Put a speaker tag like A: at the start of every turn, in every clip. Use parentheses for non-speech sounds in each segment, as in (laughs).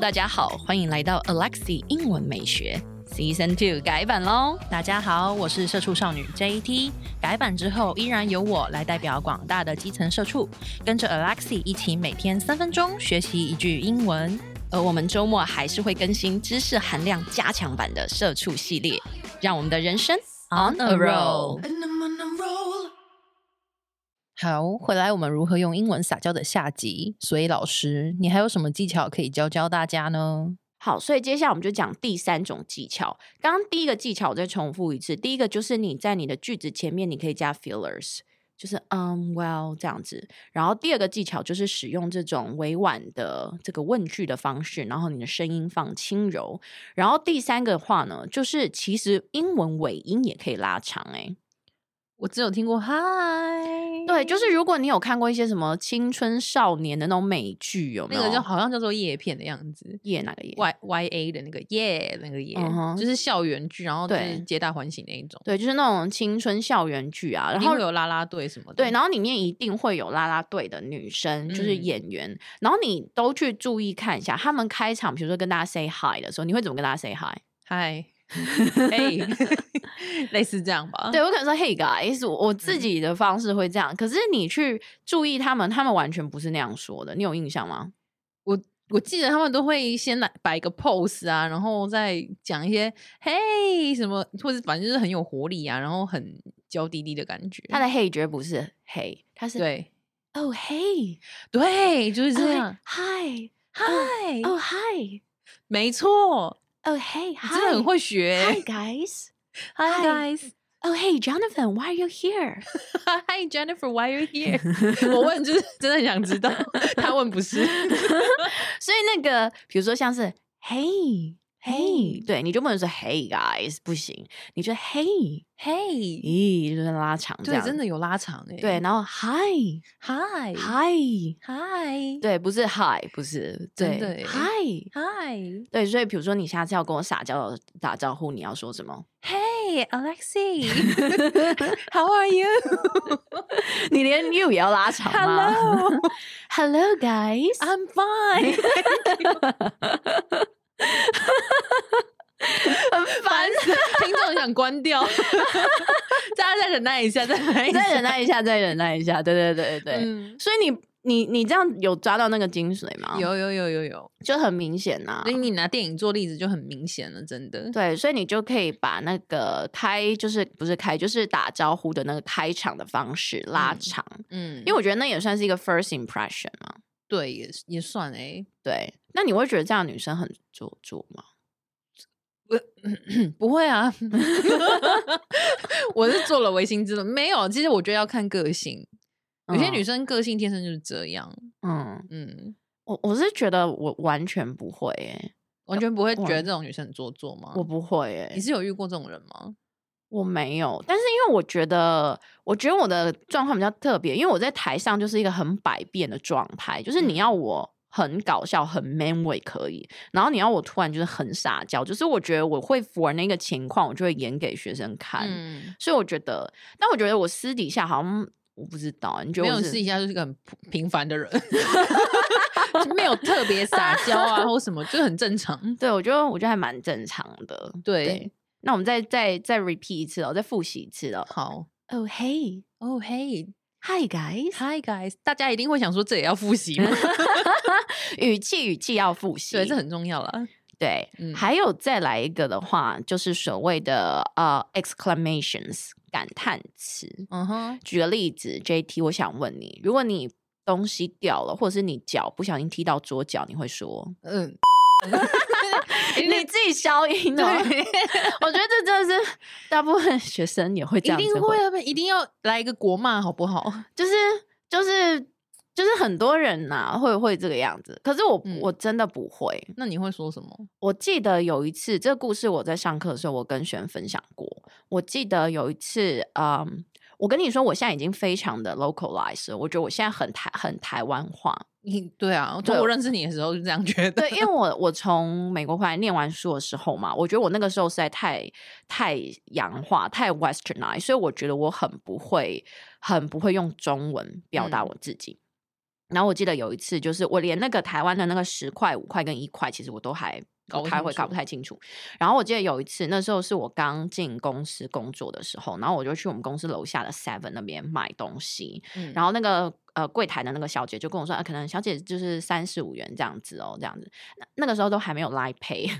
A: 大家好，欢迎来到 Alexi 英文美学 Season Two 改版喽！
B: 大家好，我是社畜少女 JT。改版之后，依然由我来代表广大的基层社畜，跟着 Alexi 一起每天三分钟学习一句英文。
A: 而我们周末还是会更新知识含量加强版的社畜系列，让我们的人生 on a roll。
C: And I'm on a roll.
B: 好，回来我们如何用英文撒娇的下集。所以老师，你还有什么技巧可以教教大家呢？
A: 好，所以接下来我们就讲第三种技巧。刚刚第一个技巧我再重复一次，第一个就是你在你的句子前面你可以加 fillers，就是嗯、well 这样子。然后第二个技巧就是使用这种委婉的这个问句的方式，然后你的声音放轻柔。然后第三个话呢，就是其实英文尾音也可以拉长、欸，诶，
B: 我只有听过嗨，
A: 对，
B: 嗯
A: 就是如果你有看过一些什么青春少年的那种美剧，有没
B: 那
A: 有？
B: 个就好像叫做叶片的样子。
A: 夜哪个夜？
B: Y Y A 的那个耶，那个耶
A: 嗯哼
B: 就是校园剧，然后就
A: 对
B: 是皆大欢喜那一种。
A: 对，就是那种青春校园剧啊，然
B: 一定
A: 后
B: 会有啦啦队什么的。
A: 对，然后里面一定会有啦啦队的女生，就是
B: 嗯
A: 演员，然后你都去注意看一下，他们开场，比如说跟大家 say hi 的时候，你会怎么跟大家 say hi？、 (laughs)
B: 嗨，嘿， (laughs) 类似这样吧。
A: 对我可能说 Hey guys，我我
B: 嗯
A: 自己的方式会这样，可是你去注意他们，他们完全不是那样说的，你有印象吗？
B: 我我记得他们都会先来摆个 pose 啊，然后再讲一些嘿什么，或者反正就是很有活力啊，然后很娇滴滴的感觉。
A: 他的 Hey 绝对不是 Hey，他是
B: 嗯对
A: 哦 Hey，哦
B: 对，就是这样。
A: ，Hi，
B: 嗨，
A: 哎哦 Hi，
B: 没错，
A: 哦 Hey，
B: 你真的很会
A: 欸
B: 学。
A: guys，
B: Hi
A: hi
B: guys，
A: 哦 Hey，Jonathan，Why are you here？
B: (laughs) Hi Jennifer，Why are you (laughs) here？我问就是真的很想 (laughs) 知道，他问不
A: 所
B: 是。
A: 以那个，比如说像是 Hey Hey，
B: Hey
A: 对，你就不能说 Hey guys，不行，你就 Hey，
B: 嘿， (laughs)
A: 咦，就是拉长这
B: 对，
A: 样，
B: 真的有拉长哎、
A: 对，，然后 Hi
B: 嗨
A: Hi，
B: 嗨，
A: 对，不是 Hi，不是
B: 真
A: 对
B: 的耶
A: Hi，
B: 嗨，
A: 对，所以比如说你下次要跟我撒娇打招呼，你要说什么？
B: 嘿，Alexi，How are you？Hello，
A: (laughs) 你连 You 也要拉长吗 (laughs) ？Hello guys，
B: I'm (laughs) fine。
A: (laughs) 很烦。
B: 听众想关 (laughs) 掉，大家再忍耐一下，再忍耐一
A: (laughs) 再忍耐一下，
B: 下，
A: 再忍耐一下，对对对对对。
B: 嗯
A: 所以你你你这样有抓到那个精髓吗？，
B: 有有有有有，
A: 就很明显呐、
B: 所以你拿电影做例子就很明显了，真的。
A: 对，所以你就可以把那个开，就是不是开，就是打招呼的那个开场的方式拉
B: 嗯
A: 长，
B: 嗯，
A: 因为我觉得那也算是一个 first impression 嘛。
B: 对也也算哎、
A: 对，那你会觉得这样女生很做作吗？
B: 不会啊， (laughs) 我是做了违心之论，没有。其实我觉得要看个性，有些
A: 嗯
B: 女生个性天生就是这样，
A: 嗯，
B: 嗯，
A: 我我是觉得我完全不会、欸，
B: 完全不会
A: 哇
B: 觉得这种女生很做作吗？
A: 我不会、欸，
B: 你是有遇过这种人吗？
A: 我没有，但是因为我觉得，我觉得我的状况比较特别，因为我在台上就是一个很百变的状态，就是你
B: 嗯
A: 要我很搞笑、很 man 我也可以，然后你要我突然就是很撒娇，就是我觉得我会 for 那个情况，我就会演给学生看。
B: 嗯，
A: 所以我觉得，但我觉得我私底下好像我不知道，你觉
B: 没
A: 得我
B: 有，
A: 是
B: 试一下就是个很普平
A: (laughs)
B: 凡的人，就没有特别撒娇啊或什么，就很正常。
A: 对我觉得我觉得还蛮正常的。
B: 对，
A: (laughs) 对那我们再再再 repeat 一次哦，再复习一次哦。
B: 好，
A: Oh hey,
B: 哦嘿
A: hi guys，
B: ，Hi guys，大家一定会想说这也要复习
A: (laughs)
B: 吗？
A: 语气语气要复习，
B: 对，这很重要啦。
A: 对，
B: 嗯
A: 还有再来一个的话，就是所谓的呃 exclamations 感叹词。
B: 嗯哼，
A: 举个例子，JT，我想问你，如果你东西掉了，或者是你脚不小心踢到桌角，你会说
B: 嗯，
A: 你自己消音哦。 (laughs) 我觉得这真的是大部分学生也会这
B: 一
A: 样子
B: 定
A: 回
B: 会，啊他们一定要来一个国骂，好不好？
A: 就是就是就是很多人呐、会会这个样子，可是我、
B: 嗯
A: 我真的不会。
B: 那你会说什么？
A: 我记得有一次，这个故事我在上课的时候，我跟学员分享过。我记得有一次，嗯，我跟你说，我现在已经非常的 localized，了我觉得我现在很台很台湾化。
B: 你对啊，
A: 对
B: 从我认识你的时候就这样觉得。
A: 对，因为我我从美国回来念完书的时候嘛，我觉得我那个时候实在太太洋化、太 westernized，所以我觉得我很不会、很不会用中文表达
B: 嗯
A: 我自己。然后我记得有一次，就是我连那个台湾的那个十块、五块跟一块，其实我都还
B: 搞不
A: 我还
B: 清
A: 会搞
B: 楚
A: 不太清楚。然后我记得有一次，那时候是我刚进公司工作的时候，然后我就去我们公司楼下的 Seven 那边买东西，
B: 嗯
A: 然后那个呃柜台的那个小姐就跟我说，啊、可能小姐就是三十五元这样子哦，这样子。那那个时候都还没有 Line Pay，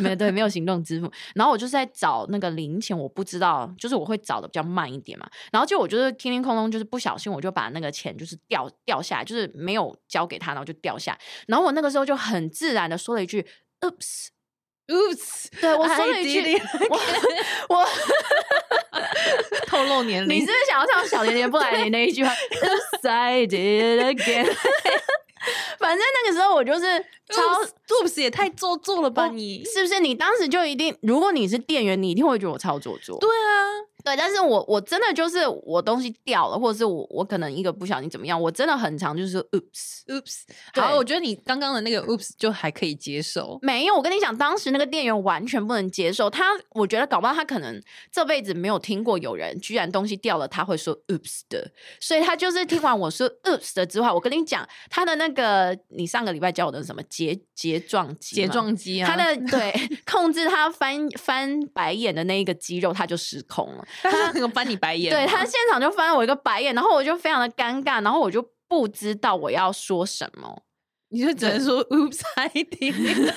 A: 没有对，没有行动支付。然后我就是在找那个零钱，我不知道，就是我会找的比较慢一点嘛。然后就我就是天天空空，就是不小心我就把那个钱就是掉掉下来，就是没有交给他，然后就掉下来。然后我那个时候就很自然的说了一句啊 “oops”，
B: ，oops，
A: 对我说了一句，我 (laughs) 我
B: (laughs) 透露年
A: 你
B: 龄
A: 是不，是想要唱小甜甜布兰妮那一句话？Oops, I did it
B: (laughs)
A: again 。 (laughs) 反正那个时候我就是超
B: Oops，oops 哦也太做作了吧
A: 我
B: 你？
A: 是不是你当时就一定，如果你是店员，你一定会觉得我超做作。
B: 对啊，
A: 对，但是我我真的就是我东西掉了，或者是我我可能一个不小心怎么样，我真的很常就是说 oops。
B: Oops，
A: 对
B: 好，我觉得你刚刚的那个 Oops 就还可以接受。
A: 没有，我跟你讲，当时那个店员完全不能接受，他我觉得搞不好他可能这辈子没有听过有人居然东西掉了他会说 oops 的，所以他就是听完我说 (laughs) oops 的之后，我跟你讲，他的那个你上个礼拜教我的什么睫睫状肌
B: 睫
A: 嘛
B: 状肌啊，
A: 他的对控制他翻翻白眼的那一个肌肉，他就失控了。
B: 他 (laughs) 能翻你白眼吗，
A: 对他现场就翻我一个白眼，然后我就非常的尴尬，然后我就不知道我要说什么。
B: 你就只能说
A: (laughs)
B: Oops I did，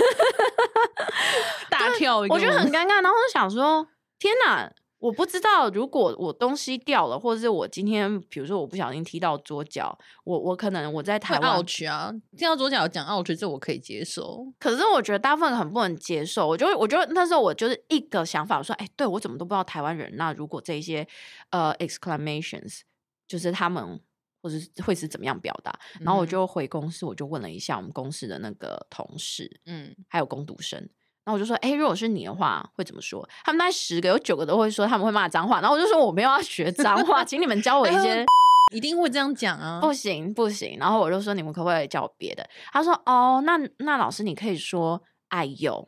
B: 大跳一个舞，
A: 我觉得很尴尬，然后我就想说，天哪！我不知道，如果我东西掉了，或者是我今天，比如说我不小心踢到桌角，我我可能我在
B: 会
A: 台湾，
B: ouch 啊！听到左脚讲 ouch，这我可以接受。
A: 可是我觉得大部分很不能接受。我就我就那时候我就是一个想法，我说，哎，对我怎么都不知道台湾人。那如果这一些呃 exclamations，就是他们或者是会是怎么样表达？然后我
B: 嗯
A: 就回公司，我就问了一下我们公司的那个同事，
B: 嗯，
A: 还有攻读生。然后我就说，哎、如果是你的话，会怎么说？他们那十个有九个都会说他们会骂脏话，然后我就说我没有要学脏话，请你们教我一些
B: 一定会这样
A: (laughs)
B: 讲啊。
A: 不行不行。然后我就说你们可不可以教我别的？他说哦，那那老师你可以说哎呦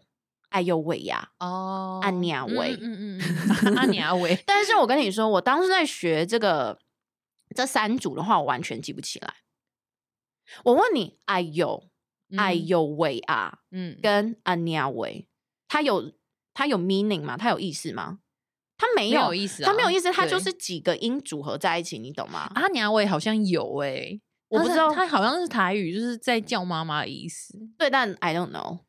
A: 哎呦喂呀。
B: 哦，
A: 按娘喂，
B: 嗯嗯嗯嗯，按娘喂
A: (laughs) 但是我跟你说，我当时在学这个这三组的话，我完全记不起来。我问你，哎呦哎呦喂啊，
B: 嗯，嗯，
A: 跟阿尼亚维，它有它有 meaning 吗？它有意思吗？它没
B: 没
A: 有，
B: 有意思啊，
A: 它没有意思，它就
B: 对
A: 是几个音组合在一起，你懂吗？
B: 阿娘喂，好像有哎，
A: 我不知道，
B: 他好像是台语，就是在叫妈妈的意思。
A: 对，但 I don't
B: (laughs)
A: know。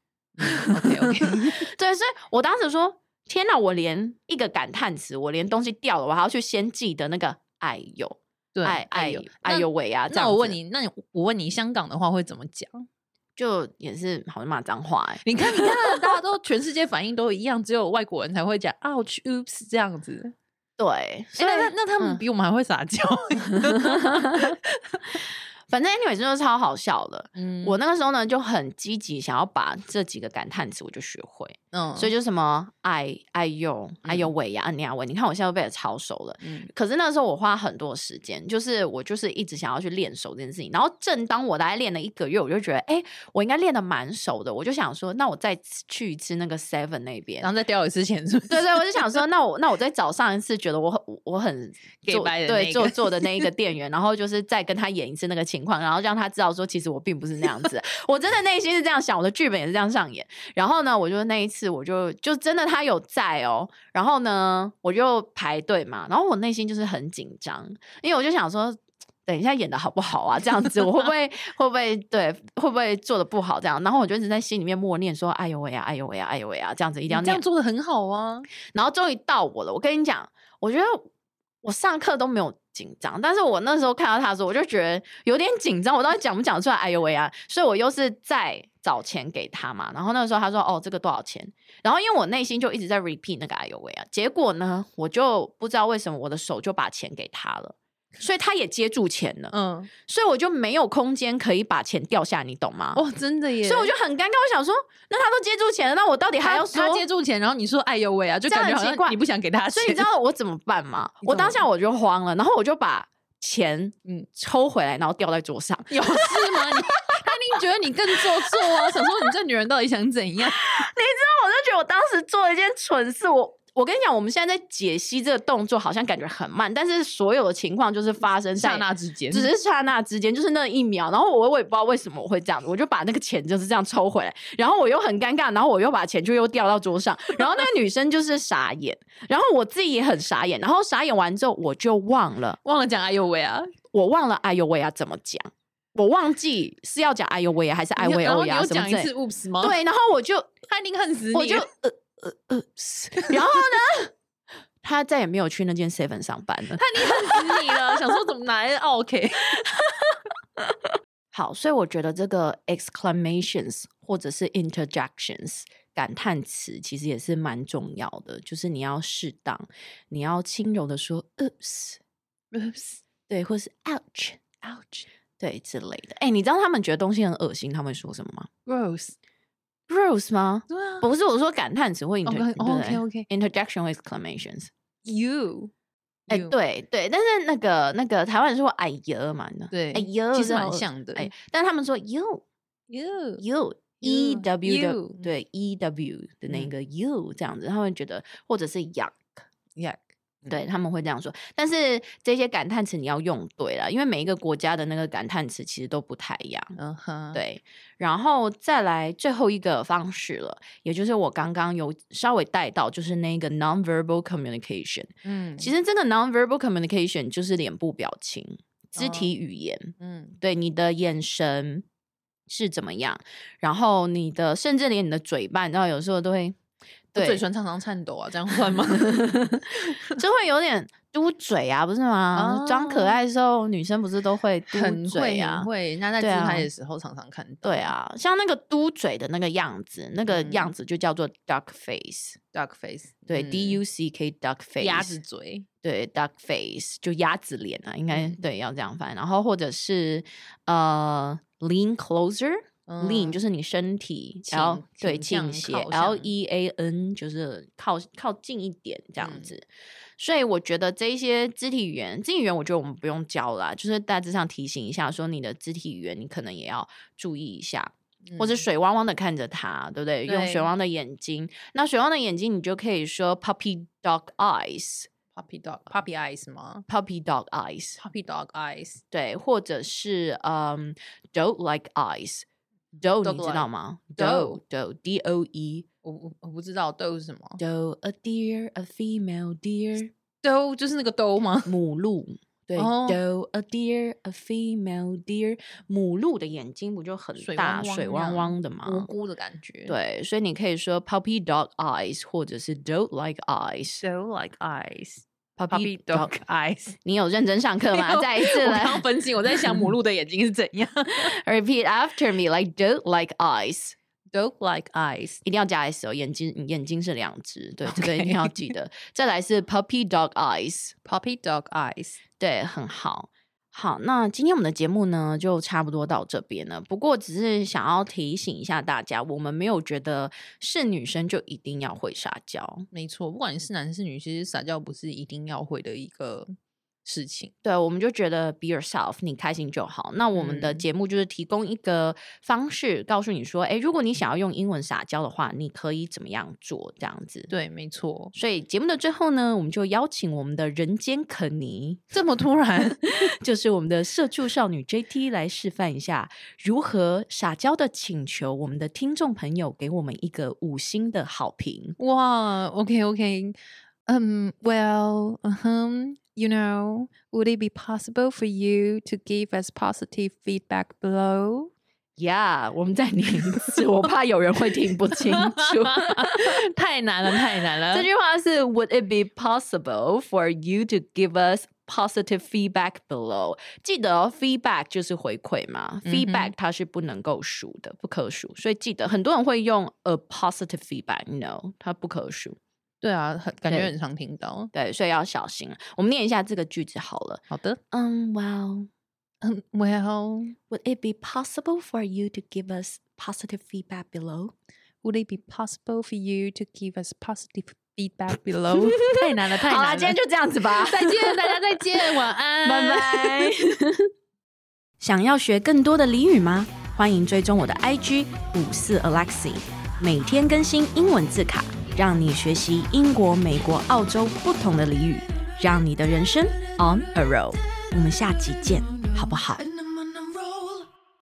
B: OK OK，
A: (laughs) 对，所以我当时说，天哪，我连一个感叹词，我连东西掉了，我还要去先记得那个哎呦，
B: 对，
A: 哎哎呦
B: 呦，
A: 哎呦。喂啊！
B: 那
A: 这
B: 那
A: 样
B: 我问
A: 子，
B: 你，那你我问你，香港的话会怎么
A: (laughs)
B: 讲？
A: 就也是好像骂脏话哎、
B: 你看，你看，大家都全世界反应都一样，只有外国人才会讲 ouch oops 这样子。
A: 对，
B: 哎，
A: 所以、
B: 那那那他们
A: 嗯
B: 比我们还会撒娇。
A: 反正 anyway 真的超好笑的。
B: 嗯
A: (laughs) 我那个时候呢就很积极，想要把这几个感叹词我就学会。
B: 嗯
A: 所以
B: 以
A: 就什么哎哎呦哎呦喂呀，你啊喂，你看我现在都被抄熟了。
B: 嗯
A: 可是那时候我花很多时间，就是我就是一直想要去练熟这件事情。然后正当我大概练了一个月，我就觉得，哎、我应该练的蛮熟的。我就想说，那我再去一次那个 Seven 那边
B: 然。后再掉一次钱，是不是？
A: 对对，我就想说，那我那我再找上一次觉得我很我我很
B: 给
A: 做
B: 白的那
A: 对
B: 个
A: 做做的
B: (laughs)
A: 那一个店员，然后就是再跟他演一次那个情况，然后让他知道说，其实我并不是那样子，我真的内心是这样想，我的剧本也是这样上演。然后呢，我就那一次我就就真的他有在哦，然后呢我就排队嘛，然后我内心就是很紧张，因为我就想说。等一下演的好不好啊？这样子我会不会会不会对会不会做的不好这样？然后我就一直在心里面默念说：“哎呦喂啊，哎呦喂啊，哎呦喂啊！”这样子一
B: (laughs) 你
A: 定要
B: 这
A: 念
B: 样做的很好啊。
A: 然后终于到我了。我跟你讲，我觉得我上课都没有紧张，但是我那时候看到他的时候，我就觉得有点紧张，我到底讲不讲出来？哎呦喂啊！所以我又是在找钱给他嘛。然后那个时候他说：“哦，这个多少钱？”然后因为我内心就一直在 repeat 那个哎呦喂啊，结果呢，我就不知道为什么我的手就把钱给他了。所以他也接住钱了， (laughs)
B: 嗯，
A: 所以我就没有空间可以把钱掉下，你懂吗？
B: 哦，真的耶。
A: 所以我就很尴尬，我想说，那他都接住钱了，那我到底还
B: 他
A: 要说
B: 他接住钱，然后你说哎呦喂啊，就
A: 这样
B: 感
A: 很
B: 觉好
A: 奇
B: 像
A: 怪
B: 你不想给他钱。
A: 所以你知道我怎么办吗？
B: 你
A: 我
B: 怎么
A: 当下我就慌了，然后我就把钱
B: 嗯
A: 嗯抽回来，然后掉在桌上。
B: (laughs) 有事吗？
A: (laughs)
B: 你他一定觉得你更做作啊，想说你这女人到底想怎样？
A: 那我就觉得我当时做了一件蠢事，我我跟你讲，我们现在在解析这个动作，好像感觉很慢，但是所有的情况就是发生在
B: 刹那之间，
A: 只是刹那之间，就是那一秒。然后我我也不知道为什么我会这样子，我就把那个钱就是这样抽回来，然后我又很尴尬，然后我又把钱就又掉到桌上，然后那个女生就是傻眼，然后我自己也很傻眼，然后傻眼完之后我就忘了，
B: 忘了讲哎呦喂啊，
A: 我忘了哎呦喂啊怎么讲，我忘记是要讲哎呦喂啊还是哎
B: 你
A: 喂
B: 然后
A: 哦
B: 你
A: 呀
B: 又
A: 什么
B: 讲
A: 之
B: 一
A: 类
B: 次 oops 吗？，
A: 对，然后我就
B: 他一定恨死你。
A: 我就呃呃呃，然后呢， (laughs) 他再也没有去那间 seven 上班了。
B: 他一定恨死你了， (laughs) 想说怎么来的 OK？
A: 好，所以我觉得这个 exclamations 或者是 interjections 感叹词其实也是蛮重要的，就是你要适当，你要轻柔的说 oops，
B: Oops，
A: 对，或是 ouch ouch，对之类的。哎，你知道他们觉得东西很恶心，他们会说什么吗
B: Rose，
A: ？Rose 吗？
B: 对 (laughs) 啊
A: 不是，我说感叹词或 inter，、
B: 刚哦
A: 对不对
B: OK，OK
A: interjection 或 exclamations。
B: ，You，
A: 哎、
B: You
A: 对对，但是那个那个台湾人说哎呀嘛，你知道
B: 对
A: 哎呀，
B: 其实
A: 这样
B: 蛮
A: 恶
B: 像的
A: 哎，但他们说 you
B: You，
A: you e
B: You，
A: w 的
B: you
A: 对 e w 的那
B: 嗯
A: 个 you 这样子，他们觉得或者是 yuck，
B: Yeah，
A: 对他们会这样说。但是这些感叹词你要用对了，因为每一个国家的那个感叹词其实都不太一样。
B: 嗯哼，
A: 对，然后再来最后一个方式了，也就是我刚刚有稍微带到，就是那个 nonverbal communication。
B: 嗯，
A: 其实这个 nonverbal communication 就是脸部表情、肢
B: 哦
A: 体语言，
B: 嗯
A: 对你的眼神是怎么样，然后你的甚至连你的嘴巴，你知道有时候都会
B: 我
A: 对
B: 嘴，唇常常颤抖啊，这
A: (laughs)
B: 样算吗？ (laughs)
A: 就会有点嘟嘴啊，不是吗？装可
B: 哦
A: 爱的时候，女生不是都会嘟
B: 很
A: 嘴
B: 会
A: 啊
B: 很？会，人家在自
A: 对啊
B: 拍的时候常常看到。
A: 对啊，像那个嘟嘴的那个样子，那个样
B: 嗯
A: 子就叫做 duck face，
B: ，duck face，
A: 对、
B: 嗯
A: d U C K duck face，
B: 鸭子嘴，
A: 对 duck face 就鸭子脸啊，应该、
B: 嗯
A: 对要这样翻，然后或者是呃 lean closer。lean
B: 嗯
A: 就是你身体
B: 倾
A: L 对
B: 倾
A: 倾
B: 向
A: 斜
B: 靠
A: ，L
B: 向
A: E A N 就是靠靠近一点这样
B: 嗯
A: 子。所以我觉得这一些肢体语言，肢体语言我觉得我们不用教啦，就是大致上提醒一下，说你的肢体语言你可能也要注意一下，或者
B: 嗯
A: 水汪汪的看着他，对不对？用水
B: 对
A: 汪的眼睛，那水汪的眼睛你就可以说 puppy dog eyes，puppy
B: 嗯 puppy dog puppy eyes 吗
A: dog eyes，
B: ？puppy dog eyes，
A: 对，或者是嗯、d o t like eyes，do 你
B: Dog
A: 知道
B: like-
A: 吗
B: Do
A: do d o e
B: 我我我不知道都是什么
A: doe a deer a female deer
B: 都就是那个
A: (laughs)
B: 都吗？
A: 母鹿。对、
B: 哦
A: d o e a deer a female deer 母鹿的眼睛不就很
B: 水
A: 大
B: 汪汪
A: 水
B: 那
A: 汪
B: 样
A: 汪的
B: 无
A: 吗？
B: 辜的感觉。
A: 对，所以你可以说 puppy dog eyes 或者是 doe like eyes
B: ，so like eyes
A: puppy
B: puppy dog eyes。
A: 你有认真上课吗？再一次
B: 我
A: 来
B: 刚刚分析，我在想母鹿的眼睛是怎样
A: (laughs)
B: (laughs)
A: repeat after me like doe like eyes。
B: ，dog like eyes。
A: 一定要加 s 哦，眼睛眼睛是两只，对这个一定
B: OK
A: 要记得。再来是 puppy dog eyes，
B: Puppy dog eyes，
A: 对，很好。好，那今天我们的节目呢，就差不多到这边了。不过，只是想要提醒一下大家，我们没有觉得是女生就一定要会撒娇。
B: 没错，不管你是男是女，其实撒娇不是一定要会的一个事情。
A: 对，我们就觉得 be yourself，你开心就好。那我们的
B: 嗯
A: 节目就是提供一个方式，告诉你说，诶，如果你想要用英文撒娇的话，你可以怎么样做这样子。
B: 对，没错，
A: 所以节目的最后呢，我们就邀请我们的人间肯尼，
B: 这么突然，
A: (laughs) 就是我们的社畜少女 JT 来示范一下如何撒娇的请求我们的听众朋友给我们一个五星的好评。
B: 哇，OK OK，嗯、um,，Well，嗯哼。You uh-huh, know, would it be possible for you to give us positive feedback below? (laughs)
A: Yeah，我们 (laughs) 再念一次，我怕有人会听不清 (laughs) 楚。
B: (laughs) 太难了，太难了
A: 这句话是 Would it be possible for you to give us positive feedback below？记得、哦、feedback 就是回馈嘛、
B: 嗯哼
A: f e e d b a c k 它是不能够数的，不可数。所以记得很多人会用 a positive feedback，no，它不可数。
B: 对啊，很感觉
A: 对
B: 很常听到。
A: 对，所以要小心。我们念一下这个句子好了。
B: 好的，
A: Um, well,
B: 嗯，Well,
A: would it be possible for you to give us positive feedback below？
B: would it be possible for you to give us positive feedback below？太 (laughs) 难了，太
A: 好
B: 难
A: 啦，
B: 了。
A: 今天就这样子 (laughs) 吧，
B: 再见，大家再见，晚安，
A: 拜拜。 (laughs) 想要学更多的俚语吗？欢迎追踪我的 IG 五四 Alexi，每天更新英文字卡，让你学习英国、美国、澳洲不同的俚语，让你的人生 on a roll。我们下集见，好不好？